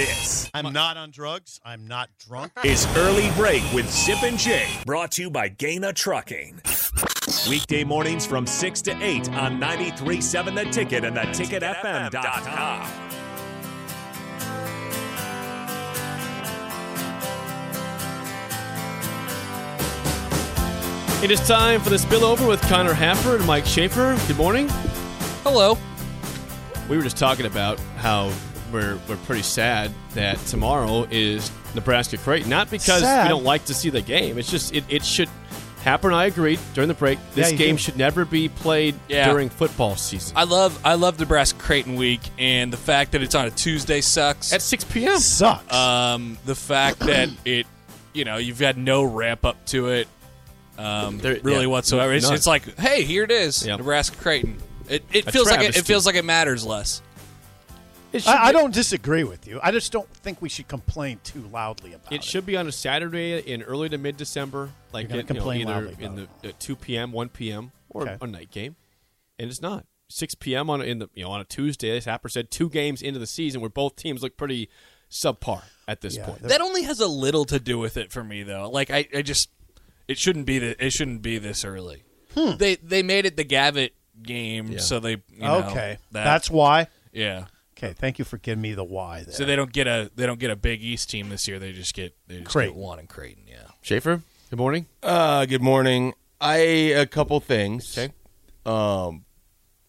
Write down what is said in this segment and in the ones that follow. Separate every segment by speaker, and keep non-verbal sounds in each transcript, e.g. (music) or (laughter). Speaker 1: this
Speaker 2: I'm not on drugs. I'm not drunk. (laughs)
Speaker 1: is Early Break with Zip and Jay, brought to you by Gaina Trucking. Weekday mornings from 6 to 8 on 93.7 The Ticket and theticketfm.com.
Speaker 3: It is time for the spillover with Connor Haffer and Mike Schaefer. Good morning. Hello. We were just talking about how we're we're pretty sad that tomorrow is Nebraska Creighton. Not because we
Speaker 4: Sad?
Speaker 3: don't like to see the game. It's just it, it should Happer and I agreed during the break. This
Speaker 4: you
Speaker 3: game
Speaker 4: do.
Speaker 3: should never be played
Speaker 5: Yeah.
Speaker 3: during football season.
Speaker 5: I love I love Nebraska Creighton week, and the fact that it's on a Tuesday sucks.
Speaker 3: At six PM.
Speaker 2: Sucks.
Speaker 3: Uh,
Speaker 5: Um,
Speaker 3: (clears throat)
Speaker 5: the fact that it, you know, you've got no ramp up to it, um,
Speaker 3: There-
Speaker 5: really
Speaker 3: yeah,
Speaker 5: whatsoever. It's,
Speaker 3: none.
Speaker 5: it's like, hey, here it is,
Speaker 3: Yep.
Speaker 5: Nebraska Creighton. It, it
Speaker 3: A
Speaker 5: feels like it,
Speaker 3: travesty.
Speaker 5: it feels like it matters less.
Speaker 3: It should
Speaker 2: I, I
Speaker 3: be-
Speaker 2: don't disagree with you. I just don't think we should complain too loudly about it.
Speaker 3: It should be on a Saturday in early to mid December, like
Speaker 2: gonna
Speaker 3: it, you know,
Speaker 2: complain
Speaker 3: either
Speaker 2: loudly
Speaker 3: in
Speaker 2: about
Speaker 3: the at two p.m., one p.m., or
Speaker 2: Okay.
Speaker 3: a night game, and it's not six p.m. on a- in the you know on a Tuesday. As Happer said, two games into the season where both teams look pretty subpar at this
Speaker 2: Yeah,
Speaker 3: point.
Speaker 2: the-
Speaker 5: That only has a little to do with it for me, though. Like I, I just, it shouldn't be the, it shouldn't be this early.
Speaker 3: Hmm.
Speaker 5: They they made it the Gavitt game, so they you know,
Speaker 2: okay,
Speaker 5: that-
Speaker 2: that's why.
Speaker 5: yeah.
Speaker 2: Okay, thank you for giving me the why there.
Speaker 5: So they don't get a they don't get a Big East team this year. They just get they just
Speaker 2: Creighton.
Speaker 5: get one in Creighton. Yeah.
Speaker 3: Schaefer, good morning.
Speaker 6: Uh, good morning. I a couple things.
Speaker 3: Okay.
Speaker 6: Um,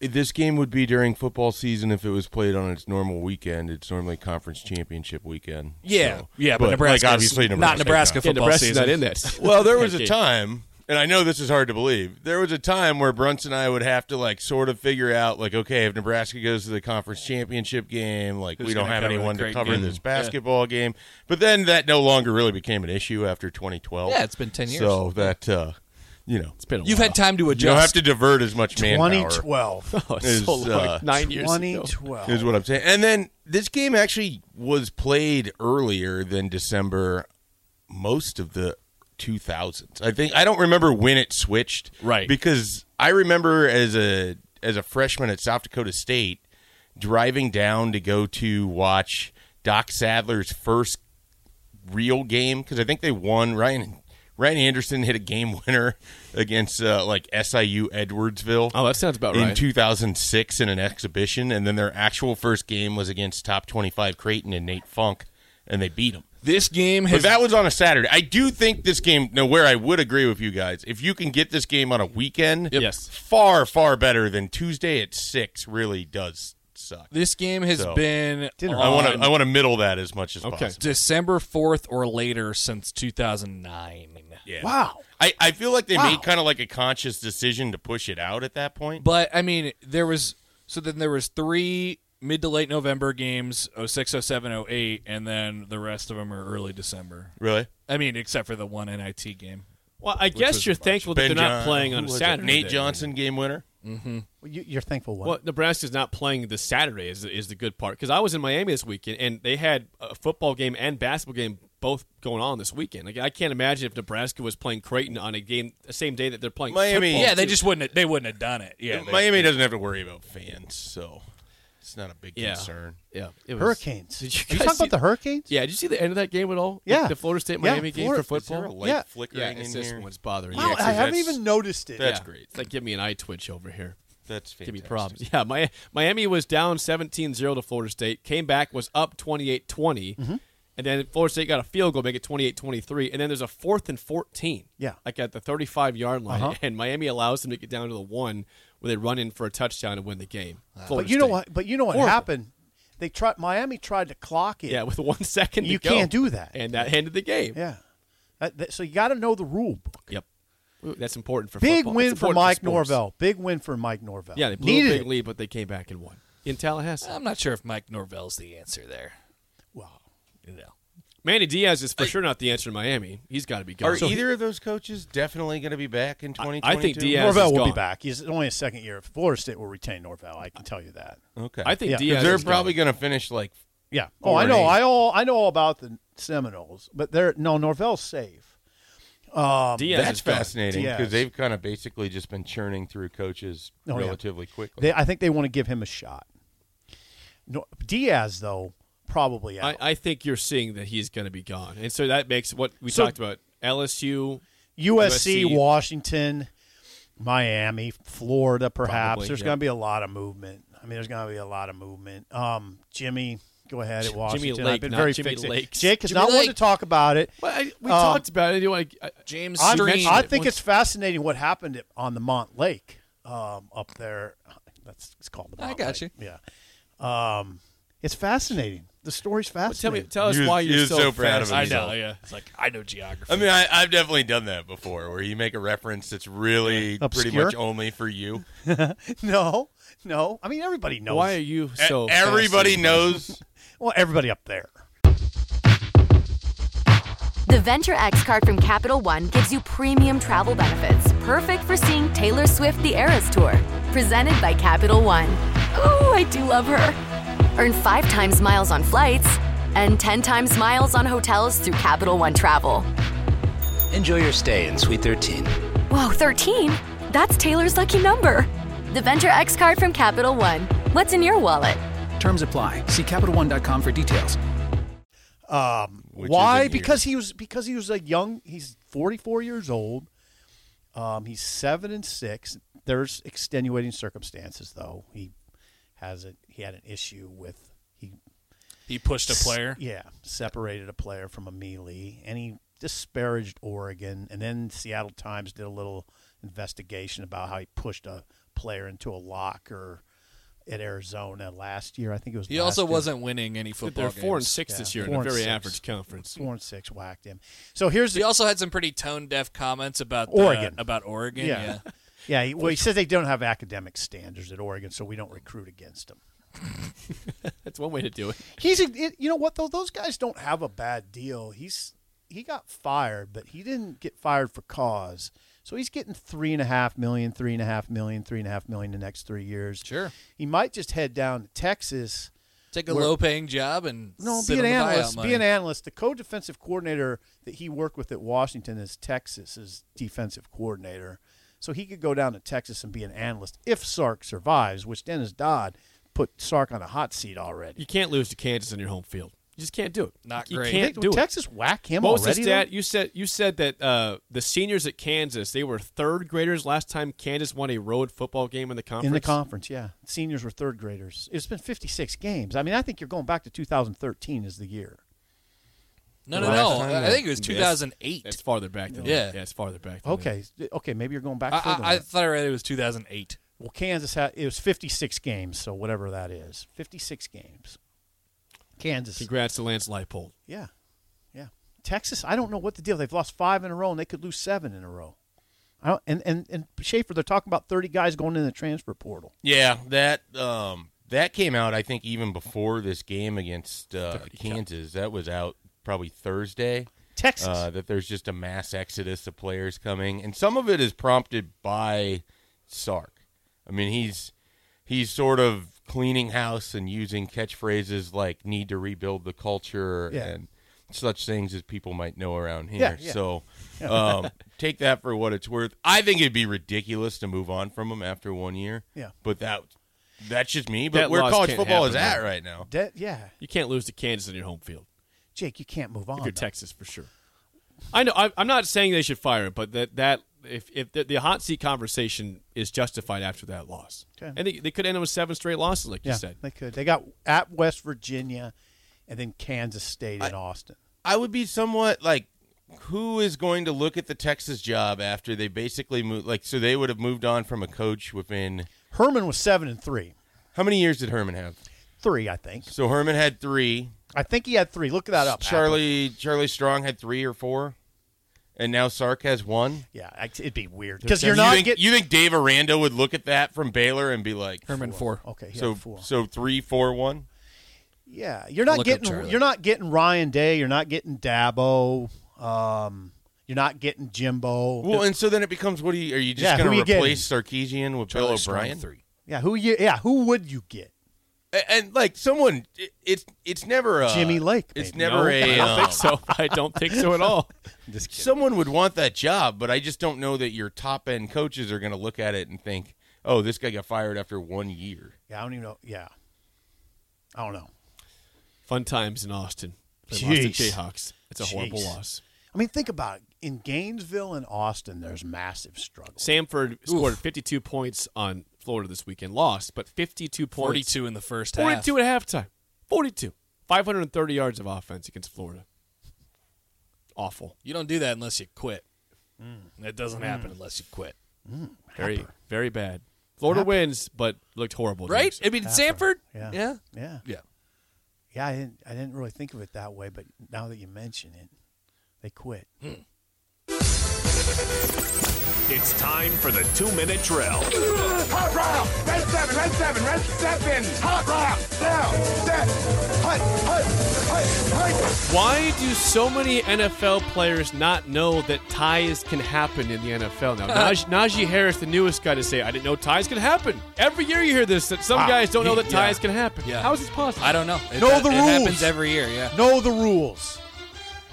Speaker 6: this game would be during football season if it was played on its normal weekend. It's normally conference championship weekend.
Speaker 5: Yeah,
Speaker 6: so-
Speaker 5: yeah, but,
Speaker 6: like,
Speaker 5: Nebraska,
Speaker 6: obviously
Speaker 5: not Nebraska
Speaker 3: Yeah,
Speaker 5: football
Speaker 3: Nebraska's
Speaker 5: season.
Speaker 3: not in (laughs) that.
Speaker 6: Well, there was a
Speaker 3: Okay.
Speaker 6: time, and I know this is hard to believe. There was a time where Brunson and I would have to like sort of figure out like, okay, if Nebraska goes to the conference championship game, like
Speaker 5: Who's
Speaker 6: we don't
Speaker 5: gonna
Speaker 6: have
Speaker 5: cover the
Speaker 6: anyone to
Speaker 5: great
Speaker 6: cover
Speaker 5: game?
Speaker 6: this basketball game. But then that no longer really became an issue after 2012.
Speaker 5: Yeah, it's been 10 years.
Speaker 6: So that uh, you know,
Speaker 3: It's been a
Speaker 5: You've
Speaker 3: while.
Speaker 5: had time to adjust.
Speaker 6: you don't have to divert as much manpower.
Speaker 2: 2012.
Speaker 3: (laughs) Oh, it's
Speaker 5: (laughs)
Speaker 6: is,
Speaker 3: so long,
Speaker 6: uh,
Speaker 3: nine years ago.
Speaker 2: 2012.
Speaker 6: Is what I'm saying. And then this game actually was played earlier than December most of the 2000s. I think I don't remember when it switched.
Speaker 5: Right.
Speaker 6: Because I remember as a as a freshman at South Dakota State driving down to go to watch Doc Sadler's first real game because I think they won. Ryan Ryan Anderson hit a game winner against uh, like SIU Edwardsville
Speaker 3: Oh, that sounds about
Speaker 6: in
Speaker 3: right.
Speaker 6: 2006 in an exhibition, and then their actual first game was against top 25 Creighton and Nate Funk, and they beat them.
Speaker 5: This game
Speaker 6: But
Speaker 5: has
Speaker 6: that was on a Saturday. I do think this game. Now, where I would agree with you guys, if you can get this game on a weekend,
Speaker 3: Yes.
Speaker 6: far far better than Tuesday at six. Really does suck.
Speaker 5: this game has
Speaker 6: So.
Speaker 5: been on
Speaker 6: I want to I want to middle that as much as
Speaker 3: Uh, Okay.
Speaker 6: possible.
Speaker 5: December fourth or later since 2009.
Speaker 6: Yeah.
Speaker 2: Wow.
Speaker 6: I, I feel like they
Speaker 2: Wow.
Speaker 6: made kind of like a conscious decision to push it out at that point.
Speaker 5: But I mean, there was so then there was three mid to late November games 06, 07, 08, and then the rest of them are early December.
Speaker 6: really,
Speaker 5: I mean, except for the one NIT game.
Speaker 3: Well, I guess
Speaker 5: was
Speaker 3: you're
Speaker 5: a bunch.
Speaker 3: thankful that
Speaker 6: Ben
Speaker 3: they're
Speaker 6: John-
Speaker 3: not playing on
Speaker 6: who
Speaker 3: a
Speaker 6: was it?
Speaker 3: Saturday.
Speaker 6: Nate Johnson game winner.
Speaker 2: Well, you, you're thankful what?
Speaker 3: Well, Nebraska's not playing the Saturday is is the good part because I was in Miami this weekend and they had a football game and basketball game both going on this weekend. Like I can't imagine if Nebraska was playing Creighton on a game the same day that they're playing
Speaker 6: Miami-
Speaker 3: football,
Speaker 5: Yeah, they
Speaker 3: too.
Speaker 5: just wouldn't. They wouldn't have done it. Yeah, they-
Speaker 6: Oh, Miami doesn't have to worry about fans, so it's not a big
Speaker 3: Yeah.
Speaker 6: concern.
Speaker 3: yeah it was-
Speaker 2: hurricanes.
Speaker 3: Did you,
Speaker 2: Are you
Speaker 3: guys
Speaker 2: talking
Speaker 3: see-
Speaker 2: about the hurricanes?
Speaker 3: Yeah, did you see the end of that game at all?
Speaker 2: Yeah.
Speaker 3: the Florida State
Speaker 2: Yeah,
Speaker 3: Miami game
Speaker 2: Florida-
Speaker 3: for
Speaker 2: is
Speaker 6: Is there a
Speaker 3: football.
Speaker 6: light
Speaker 2: Yeah.
Speaker 3: Yeah,
Speaker 6: flickering
Speaker 3: it's
Speaker 6: in
Speaker 3: this
Speaker 6: here?
Speaker 3: one's bothering
Speaker 2: Wow,
Speaker 3: me.
Speaker 2: I haven't
Speaker 6: that's-
Speaker 2: even noticed it.
Speaker 6: That's
Speaker 3: Yeah.
Speaker 6: great.
Speaker 3: It's like give me an eye twitch over here.
Speaker 6: That's fantastic.
Speaker 3: Give me problems. (laughs) Yeah, Mi- Miami was down 17-0 to Florida State, came back, was up 28-20,
Speaker 2: Mm-hmm.
Speaker 3: and then Florida State got a field goal, make it 28-23, and then there's a fourth and 14.
Speaker 2: Yeah.
Speaker 3: Like at the 35-yard line,
Speaker 2: Uh-huh.
Speaker 3: and Miami allows them to get down to the one where they run in for a touchdown to win the game.
Speaker 2: But
Speaker 3: Florida
Speaker 2: you know
Speaker 3: State.
Speaker 2: what? But you know what
Speaker 3: Horrible.
Speaker 2: happened? They tried. Miami tried to clock it.
Speaker 3: Yeah, with one (laughs) second to
Speaker 2: You
Speaker 3: go.
Speaker 2: can't do that.
Speaker 3: And that ended the game.
Speaker 2: Yeah. That- that- so you got to know the rule book.
Speaker 3: Yep. That's important for
Speaker 2: Big
Speaker 3: football.
Speaker 2: win
Speaker 3: It's
Speaker 2: for
Speaker 3: important
Speaker 2: Mike
Speaker 3: sports.
Speaker 2: Norvell. Big win for Mike Norvell.
Speaker 3: Yeah, they blew
Speaker 2: Needed
Speaker 3: a big
Speaker 2: it.
Speaker 3: lead, but they came back and won. In Tallahassee.
Speaker 6: Um,
Speaker 5: I'm not sure if Mike Norvell's the answer there.
Speaker 2: Wow.
Speaker 5: You know.
Speaker 3: Manny Diaz is for sure not the answer in Miami. He's got to be gone.
Speaker 6: (laughs) Are
Speaker 3: So he-
Speaker 6: either of those coaches definitely going to be back in 2022?
Speaker 3: I think Diaz-
Speaker 2: Norvell
Speaker 3: is
Speaker 2: will be
Speaker 3: gone.
Speaker 2: back. He's only a second year. Florida State will retain Norvell. I can tell you that.
Speaker 6: Okay.
Speaker 3: I think
Speaker 2: Yeah.
Speaker 3: Diaz
Speaker 6: they're
Speaker 3: is gone.
Speaker 6: probably going to finish like.
Speaker 2: Yeah. Oh, I know. I all I know all about the Seminoles, but they're no Norvell's safe. Um,
Speaker 3: Diaz
Speaker 6: that's
Speaker 3: is gone.
Speaker 6: fascinating
Speaker 2: Diaz.
Speaker 6: because they've kind of basically just been churning through coaches
Speaker 2: Oh, yeah.
Speaker 6: relatively quickly.
Speaker 2: They, I think they want to give him a shot. No, Diaz though probably out.
Speaker 3: I, I think you're seeing that he's going to be gone, and so that makes what we
Speaker 2: So-
Speaker 3: talked about LSU.
Speaker 2: USC,
Speaker 3: USC.
Speaker 2: Washington, Miami, Florida, perhaps.
Speaker 3: Probably,
Speaker 2: there's
Speaker 3: yeah.
Speaker 2: going to be a lot of movement. I mean, there's going to be a lot of movement. Um, Jimmy, go ahead at Washington. I've
Speaker 3: Lake,
Speaker 2: been
Speaker 3: not
Speaker 2: very
Speaker 3: Jimmy
Speaker 2: fixated.
Speaker 3: Lakes.
Speaker 2: Jake has
Speaker 5: Jimmy
Speaker 2: not wanted
Speaker 5: Lake.
Speaker 2: to talk about it.
Speaker 3: Well, I, we
Speaker 2: Um,
Speaker 3: talked about it. You know, uh, I, I,
Speaker 5: James
Speaker 2: I,
Speaker 5: Stream.
Speaker 2: I think it's fascinating what happened at- on the Mont Lake um, up there. That's it's called the
Speaker 5: I
Speaker 2: Mont
Speaker 5: got
Speaker 2: Lake. you. Yeah, um, it's fascinating. The story's
Speaker 3: well, tell me,
Speaker 2: fascinating.
Speaker 3: tell us
Speaker 6: You're-
Speaker 3: why you're
Speaker 6: you're so proud of
Speaker 5: I
Speaker 3: fascinated.
Speaker 6: himself.
Speaker 5: know. Yeah, it's like I know geography.
Speaker 6: I mean, I, I've definitely done that before, where you make a reference that's really pretty
Speaker 2: Obscure?
Speaker 6: much only for you.
Speaker 2: (laughs) no, no. I mean, everybody knows.
Speaker 3: Why are you so?
Speaker 6: E- everybody
Speaker 3: fascinated?
Speaker 6: knows.
Speaker 2: Well, everybody up there.
Speaker 4: The Venture X card from Capital One gives you premium travel benefits, perfect for seeing Taylor Swift the Eras Tour. Presented by Capital One. Ooh, I do love her. Earn five times miles on flights and 10 times miles on hotels through Capital One Travel.
Speaker 7: Enjoy your stay in Suite 13.
Speaker 4: Whoa, 13? That's Taylor's lucky number. The Venture X card from Capital One. What's in your wallet?
Speaker 7: Terms apply. See CapitalOne.com for details.
Speaker 2: Um,
Speaker 6: Which
Speaker 2: why?
Speaker 6: isn't here.
Speaker 2: Because he was because he was a young. He's forty four years old. Um, he's seven and six. There's extenuating circumstances, though. He has a he had an issue with he
Speaker 5: he pushed a player.
Speaker 2: yeah separated a player from a melee, and he disparaged Oregon. And then Seattle Times did a little investigation about how he pushed a player into a locker at Arizona last year. I think it was.
Speaker 5: He
Speaker 2: last
Speaker 5: also
Speaker 2: year.
Speaker 5: wasn't winning any football
Speaker 3: They're four and
Speaker 5: games.
Speaker 3: six this
Speaker 2: Yeah,
Speaker 3: year in a
Speaker 2: four and
Speaker 3: very
Speaker 2: six.
Speaker 3: average conference.
Speaker 2: four and six whacked him. So here's the
Speaker 5: He also had some pretty tone deaf comments about the-
Speaker 2: Oregon.
Speaker 5: About Oregon,
Speaker 2: Yeah.
Speaker 5: yeah.
Speaker 2: (laughs) Yeah, he, well, he says they don't have academic standards at Oregon, so we don't recruit against them.
Speaker 3: That's one way to do it.
Speaker 2: He's, a, it, you know what though, those guys don't have a bad deal. He's he got fired, but he didn't get fired for cause. So he's getting three and a half million, three and a half million, three and a half million the next three years.
Speaker 5: Sure.
Speaker 2: he might just head down to Texas.
Speaker 5: Take a
Speaker 2: We're-
Speaker 5: low paying job and
Speaker 2: No,
Speaker 5: sit
Speaker 2: be an
Speaker 5: on the buyout
Speaker 2: analyst.
Speaker 5: money.
Speaker 2: Be an analyst. The co-defensive coordinator that he worked with at Washington is Texas's defensive coordinator, so he could go down to Texas and be an analyst if Sark survives, which Dennis Dodd put Sark on a hot seat already.
Speaker 3: You can't lose to Kansas on your home field. You just can't do it.
Speaker 5: Not
Speaker 3: you
Speaker 5: great.
Speaker 3: can't
Speaker 2: Did-
Speaker 3: do
Speaker 2: would
Speaker 3: it.
Speaker 2: Texas whack him
Speaker 3: Moses,
Speaker 2: already? though?
Speaker 3: Dad, you said you said that uh, the seniors at Kansas they were third graders last time Kansas won a road football game in the conference.
Speaker 2: in the conference, yeah, seniors were third graders. It's been 56 games. I mean, I think you're going back to 2013 is the year.
Speaker 5: no, no,
Speaker 6: Last
Speaker 5: no.
Speaker 6: time
Speaker 5: I
Speaker 6: that-
Speaker 5: think it was
Speaker 3: Yes.
Speaker 5: 2008.
Speaker 3: It's farther back than
Speaker 5: Yeah.
Speaker 3: that. Yeah, it's farther back. Than
Speaker 2: Okay, okay, maybe you're going back.
Speaker 5: I,
Speaker 2: further than
Speaker 5: I, I
Speaker 2: that.
Speaker 5: thought I read it was 2008.
Speaker 2: Well, Kansas had it was 56 games, so whatever that is, 56 games.
Speaker 3: that.
Speaker 2: Kansas,
Speaker 3: Congrats to Lance Leipold.
Speaker 2: yeah, yeah. Texas, I don't know what the deal. They've lost five in a row, and they could lose seven in a row. I don't, and and and Schaefer, they're talking about 30 guys going in the transfer portal.
Speaker 6: Yeah, that um, that came out. I think even before this game against uh, Kansas, that was out probably Thursday.
Speaker 2: Texas,
Speaker 6: Uh, that there's just a mass exodus of players coming, and some of it is prompted by Sark. I mean, he's he's sort of cleaning house and using catchphrases like "need to rebuild the culture"
Speaker 2: Yeah.
Speaker 6: and such things as people might know around here.
Speaker 2: Yeah, (laughs) yeah.
Speaker 6: So, um, take that for what it's worth. I think it'd be ridiculous to move on from him after one year.
Speaker 2: Yeah.
Speaker 6: but that that's just me. But
Speaker 3: That
Speaker 6: where
Speaker 3: loss
Speaker 6: college
Speaker 3: can't
Speaker 6: football is
Speaker 3: happen,
Speaker 6: at
Speaker 3: man.
Speaker 6: right now.
Speaker 2: De- yeah,
Speaker 3: You can't lose to Kansas in your home field.
Speaker 2: Jake, you can't move on.
Speaker 3: If you're
Speaker 2: though.
Speaker 3: Texas for sure. I know. I, I'm not saying they should fire him, but that that if if the, the hot seat conversation is justified after that loss,
Speaker 2: Okay.
Speaker 3: and they, they could end up with seven straight losses, like
Speaker 2: yeah,
Speaker 3: you said.
Speaker 2: they could. They got at West Virginia, and then Kansas State in Austin.
Speaker 6: I would be somewhat like, who is going to look at the Texas job after they basically moved? Like, so they would have moved on from a coach within
Speaker 2: Herman was seven and three,
Speaker 6: how many years did Herman have?
Speaker 2: three, I think.
Speaker 6: So Herman had three.
Speaker 2: I think he had three. Look that up, Happer.
Speaker 6: Charlie Charlie Strong had three or four, and now Sark has one.
Speaker 2: Yeah, I- it'd be weird because you're
Speaker 6: you
Speaker 2: not
Speaker 6: think,
Speaker 2: getting.
Speaker 6: you think Dave Aranda would look at that from Baylor and be like,
Speaker 5: Herman four.
Speaker 2: okay, yeah,
Speaker 6: so
Speaker 2: four.
Speaker 6: so three, four, one.
Speaker 2: yeah, you're
Speaker 5: I'll
Speaker 2: not
Speaker 5: look up
Speaker 2: getting.
Speaker 5: Charlie.
Speaker 2: You're not getting Ryan Day. You're not getting Dabo. Um, you're not getting Jimbo.
Speaker 6: Well, and so then it becomes what do you are you just
Speaker 2: Yeah, who
Speaker 6: going
Speaker 2: you
Speaker 6: to
Speaker 2: getting?
Speaker 6: replace Sarkeesian with Bill
Speaker 5: Charlie Strong,
Speaker 6: O'Brien?
Speaker 5: three.
Speaker 2: yeah, who you? Yeah, who would you
Speaker 5: (laughs)
Speaker 2: get?
Speaker 6: A- And like someone, it, it's it's never a
Speaker 2: Jimmy Lake,
Speaker 6: It's
Speaker 2: maybe.
Speaker 6: never
Speaker 3: No,
Speaker 6: a.
Speaker 3: I don't
Speaker 6: um,
Speaker 3: think so. (laughs) I don't think so
Speaker 2: (laughs)
Speaker 3: at all.
Speaker 6: someone would want that job, but I just don't know that your top end coaches are going to look at it and think, "Oh, this guy got fired after one year."
Speaker 2: Yeah, I don't even know. Yeah, I don't know.
Speaker 3: Fun times in Austin. They
Speaker 2: Jeez.
Speaker 3: lost to Jayhawks. It's a horrible
Speaker 2: Jeez.
Speaker 3: loss.
Speaker 2: I mean, think about it. In Gainesville and Austin, there's massive struggle.
Speaker 3: Samford scored 52 points on Florida this weekend. Lost, but 52 points.
Speaker 5: 42 in the first half.
Speaker 3: 42 at halftime. 42. 530 yards of offense against Florida. Awful.
Speaker 5: You don't do that unless you quit.
Speaker 3: Mm.
Speaker 5: That doesn't
Speaker 2: Mm.
Speaker 5: happen unless you quit.
Speaker 3: Very, very bad. Florida wins, but looked horrible.
Speaker 5: Right?
Speaker 3: James.
Speaker 5: I mean, Sanford?
Speaker 2: Yeah.
Speaker 5: Yeah.
Speaker 2: Yeah.
Speaker 5: Yeah.
Speaker 2: Yeah, I didn't, I didn't really think of it that way, but now that you mention it, they quit.
Speaker 5: Hmm.
Speaker 1: It's time for the two minute drill.
Speaker 8: Hot round! Red seven, red seven, red seven! Hot round! Down! Set! Hut! Hut! Hut! Hut!
Speaker 3: Why do so many NFL players not know that ties can happen in the NFL now?
Speaker 5: (laughs)
Speaker 3: Naj- Najee Harris, the newest guy to say, I didn't know ties could happen. Every year you hear this, that some guys don't know that
Speaker 5: Yeah.
Speaker 3: ties can happen.
Speaker 5: Yeah.
Speaker 3: How is this possible?
Speaker 5: I don't know. It,
Speaker 2: Know the
Speaker 5: it
Speaker 2: rules.
Speaker 5: happens every year, yeah.
Speaker 2: Know the rules.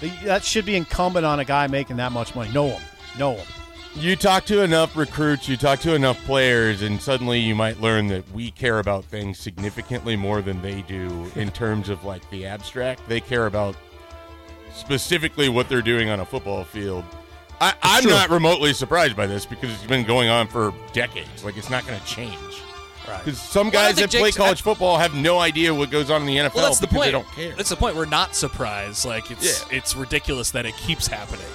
Speaker 2: The, that should be incumbent on a guy making that much money. Know him. Know him.
Speaker 6: You talk to enough recruits, you talk to enough players, and suddenly you might learn that we care about things significantly more than they do in terms of like the abstract. They care about specifically what they're doing on a football field. I, I'm not remotely surprised by this because it's been going on for decades. Like it's not going to change.
Speaker 2: Right.
Speaker 6: Because some
Speaker 5: Well, I
Speaker 6: guys
Speaker 5: think
Speaker 6: that play
Speaker 5: Jake's-
Speaker 6: college football have no idea what goes on in the NFL
Speaker 5: Well, that's the
Speaker 6: because
Speaker 5: point.
Speaker 6: they don't care.
Speaker 5: That's the point. We're not surprised. Like it's it's ridiculous that it keeps happening.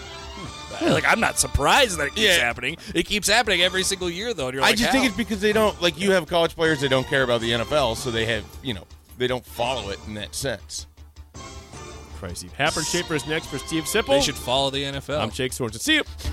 Speaker 5: Like I'm not surprised that it keeps
Speaker 6: Hmm. Yeah.
Speaker 5: happening. It keeps happening every single year, though. And you're
Speaker 6: I
Speaker 5: like,
Speaker 6: just
Speaker 5: how?
Speaker 6: think it's because they don't like you have college players that don't care about the NFL, so they have you know they don't follow it in that sense.
Speaker 3: Crazy. Happer Schaefer is next for Steve Sipple.
Speaker 5: they should follow the NFL.
Speaker 3: I'm Jake Swanson. See you.